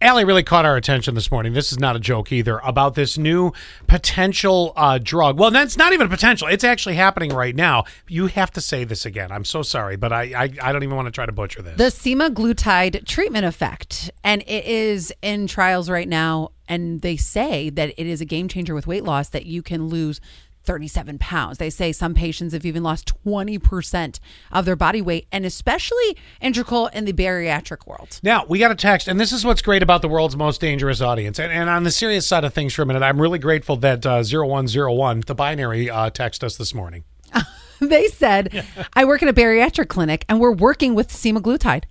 Allie really caught our attention this morning. This is not a joke either about this new potential uh, drug. Well, that's not even potential. It's actually happening right now. You have to say this again. I'm so sorry, but I I, I don't even want to try to butcher this. The semaglutide treatment effect, and it is in trials right now. And they say that it is a game changer with weight loss that you can lose 37 pounds. They say some patients have even lost 20% of their body weight, and especially integral in the bariatric world. Now, we got a text, and this is what's great about the world's most dangerous audience. And, and on the serious side of things for a minute, I'm really grateful that uh, 0101, the binary, uh, text us this morning. they said, I work in a bariatric clinic and we're working with semaglutide.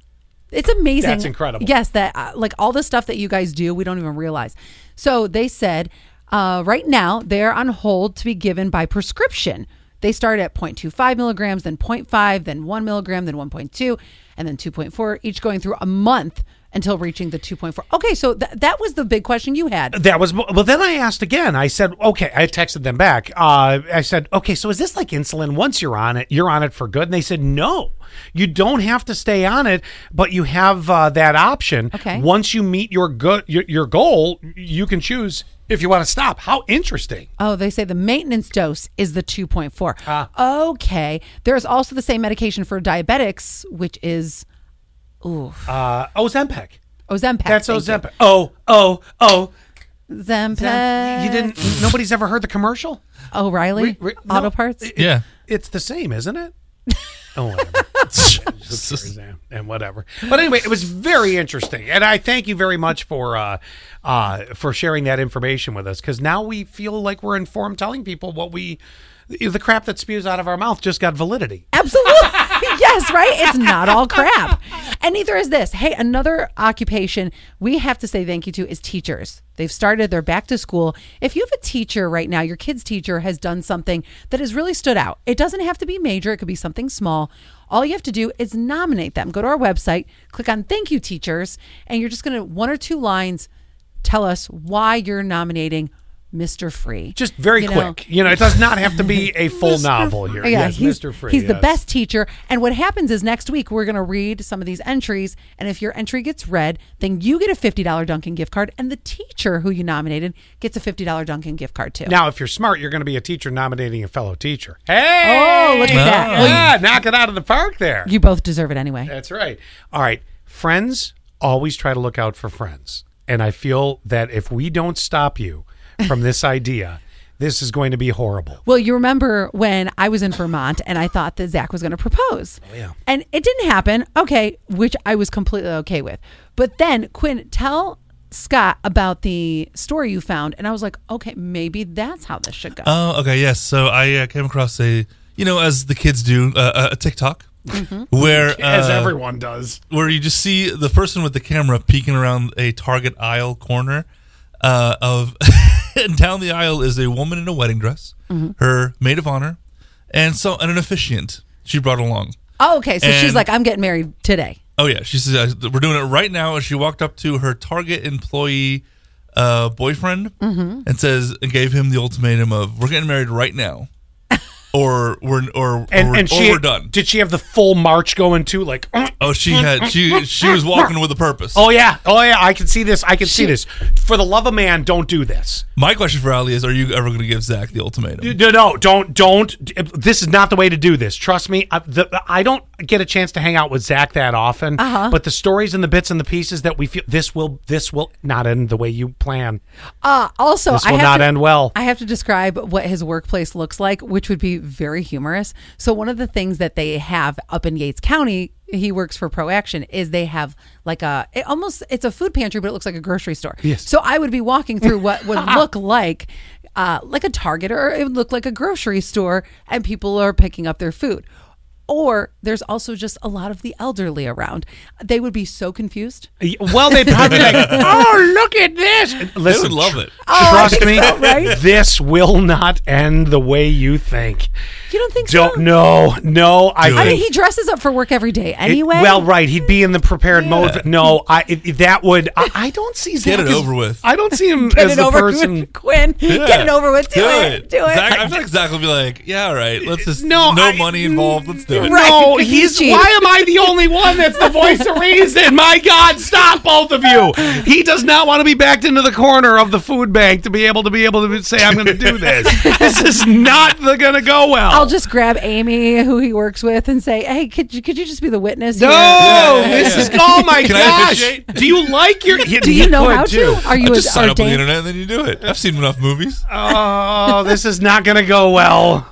It's amazing. That's incredible. Yes, that uh, like all the stuff that you guys do, we don't even realize. So they said, uh, right now they're on hold to be given by prescription. They start at 0.25 milligrams, then 0.5, then 1 milligram, then 1.2, and then 2.4, each going through a month until reaching the 2.4. Okay, so th- that was the big question you had. That was well. Then I asked again. I said, "Okay." I texted them back. Uh, I said, "Okay, so is this like insulin? Once you're on it, you're on it for good." And they said, "No, you don't have to stay on it, but you have uh, that option. Okay. Once you meet your good your, your goal, you can choose if you want to stop." How interesting! Oh, they say the maintenance dose is the 2.4. Ah. Okay. There's also the same medication for diabetics, which is Uh, Ozempic. Ozempic. That's Thank you. Ozempic. Oh, oh, oh. Zempic. You didn't. Nobody's ever heard the commercial. O'Reilly Re- re- no. Auto Parts. Yeah. It's the same, isn't it? Oh, whatever. Exam and whatever. But anyway, it was very interesting, and I thank you very much for uh, uh, for sharing that information with us because now we feel like we're informed, telling people what we the crap that spews out of our mouth just got validity. Absolutely. yes, right? It's not all crap. And neither is this. Hey, another occupation we have to say thank you to is teachers. They've started, they're back to school. If you have a teacher right now, your kid's teacher has done something that has really stood out. It doesn't have to be major, it could be something small. All you have to do is nominate them. Go to our website, click on thank you teachers, and you're just going to one or two lines tell us why you're nominating Mr. Free. Just very You know, quick, you know, it does not have to be a full novel here. yeah, yes, he's, Mr. Free. he's the yes. best teacher. And what happens is next week we're going to read some of these entries, and if your entry gets read, then you get a fifty dollar Dunkin' gift card, and the teacher who you nominated gets a fifty dollar Dunkin' gift card too. Now, if you're smart, you're going to be a teacher nominating a fellow teacher. Hey! Oh, look at that. Oh. Yeah, knock it out of the park there. you both deserve it anyway. That's right. All right. Friends, always try to look out for friends. And I feel that if we don't stop you from this idea, this is going to be horrible. Well, you remember when I was in Vermont and I thought that Zach was going to propose. Oh, yeah. And it didn't happen. Okay, which I was completely okay with. But then, Quinn, tell Scott about the story you found. And I was like, okay, maybe that's how this Uh, should go. Oh, okay. Yes. So I uh, came across a, you know, as the kids do, uh, a TikTok where uh, As everyone does. where you just see the person with the camera peeking around a Target aisle corner uh, of, and down the aisle is a woman in a wedding dress, her maid of honor, and so and an officiant she brought along. Oh, okay. So she's And- like, I'm getting married today. Oh yeah, she says uh, we're doing it right now. And she walked up to her Target employee uh, boyfriend Mm-hmm. and says and gave him the ultimatum of we're getting married right now, or we're or And, and or, or she, we're done. Did she have the full march going too? Like, oh, she had she she was walking with a purpose. oh, yeah. Oh, yeah. I can see this. I can see this. For the love of man, don't do this. My question for Ali is: Are you ever going to give Zach the ultimatum? No, no, don't, don't. This is not the way to do this. Trust me. I, the, I don't get a chance to hang out with Zach that often, uh-huh. but the stories and the bits and the pieces that we feel this will this will not end the way you plan. Uh, also, This I will have not to, end well. I have to describe what his workplace looks like, which would be very humorous. So, one of the things that they have up in Yates County, he works for ProAction, is they have like a it almost it's a food pantry, but it looks like a grocery store. Yes. So I would be walking through what would look like. Uh, like a Target, or it would look like a grocery store, and people are picking up their food. Or there's also just a lot of the elderly around. They would be so confused. Well, they probably like, oh, look at this. Listen, would love tr- it. Trust me, this will not end the way you think. You don't think so? Don't no, no. I, Do I it. mean, think he dresses up for work every day it- anyway. well, right. He'd be in the prepared mode. No, I it, it- that would. I, I don't see. Zach Get it as- over with. I don't see him get as it the over person. with, Quinn. Get it over with. Do, it. Do it. Zach, I feel like Zach will be like, yeah, all right. Let's just No, no, I- money involved. Let's do do it. Right, no, because he's. he's cheap. Why am I the only one that's the voice of reason? My God, stop both of you! He does not want to be backed into the corner of the food bank to be able to be able to say, "I'm going to do this." this is not going to go well. I'll just grab Amy, who he works with, and say, "Hey, could you could you just be the witness?" No, here?" yeah, this yeah. is oh my Can I gosh. officiate? Do you like your? Do you know how to? Are you I a, just sign are up on the Dan- internet and then you do it. I've seen enough movies. Oh, this is not going to go well.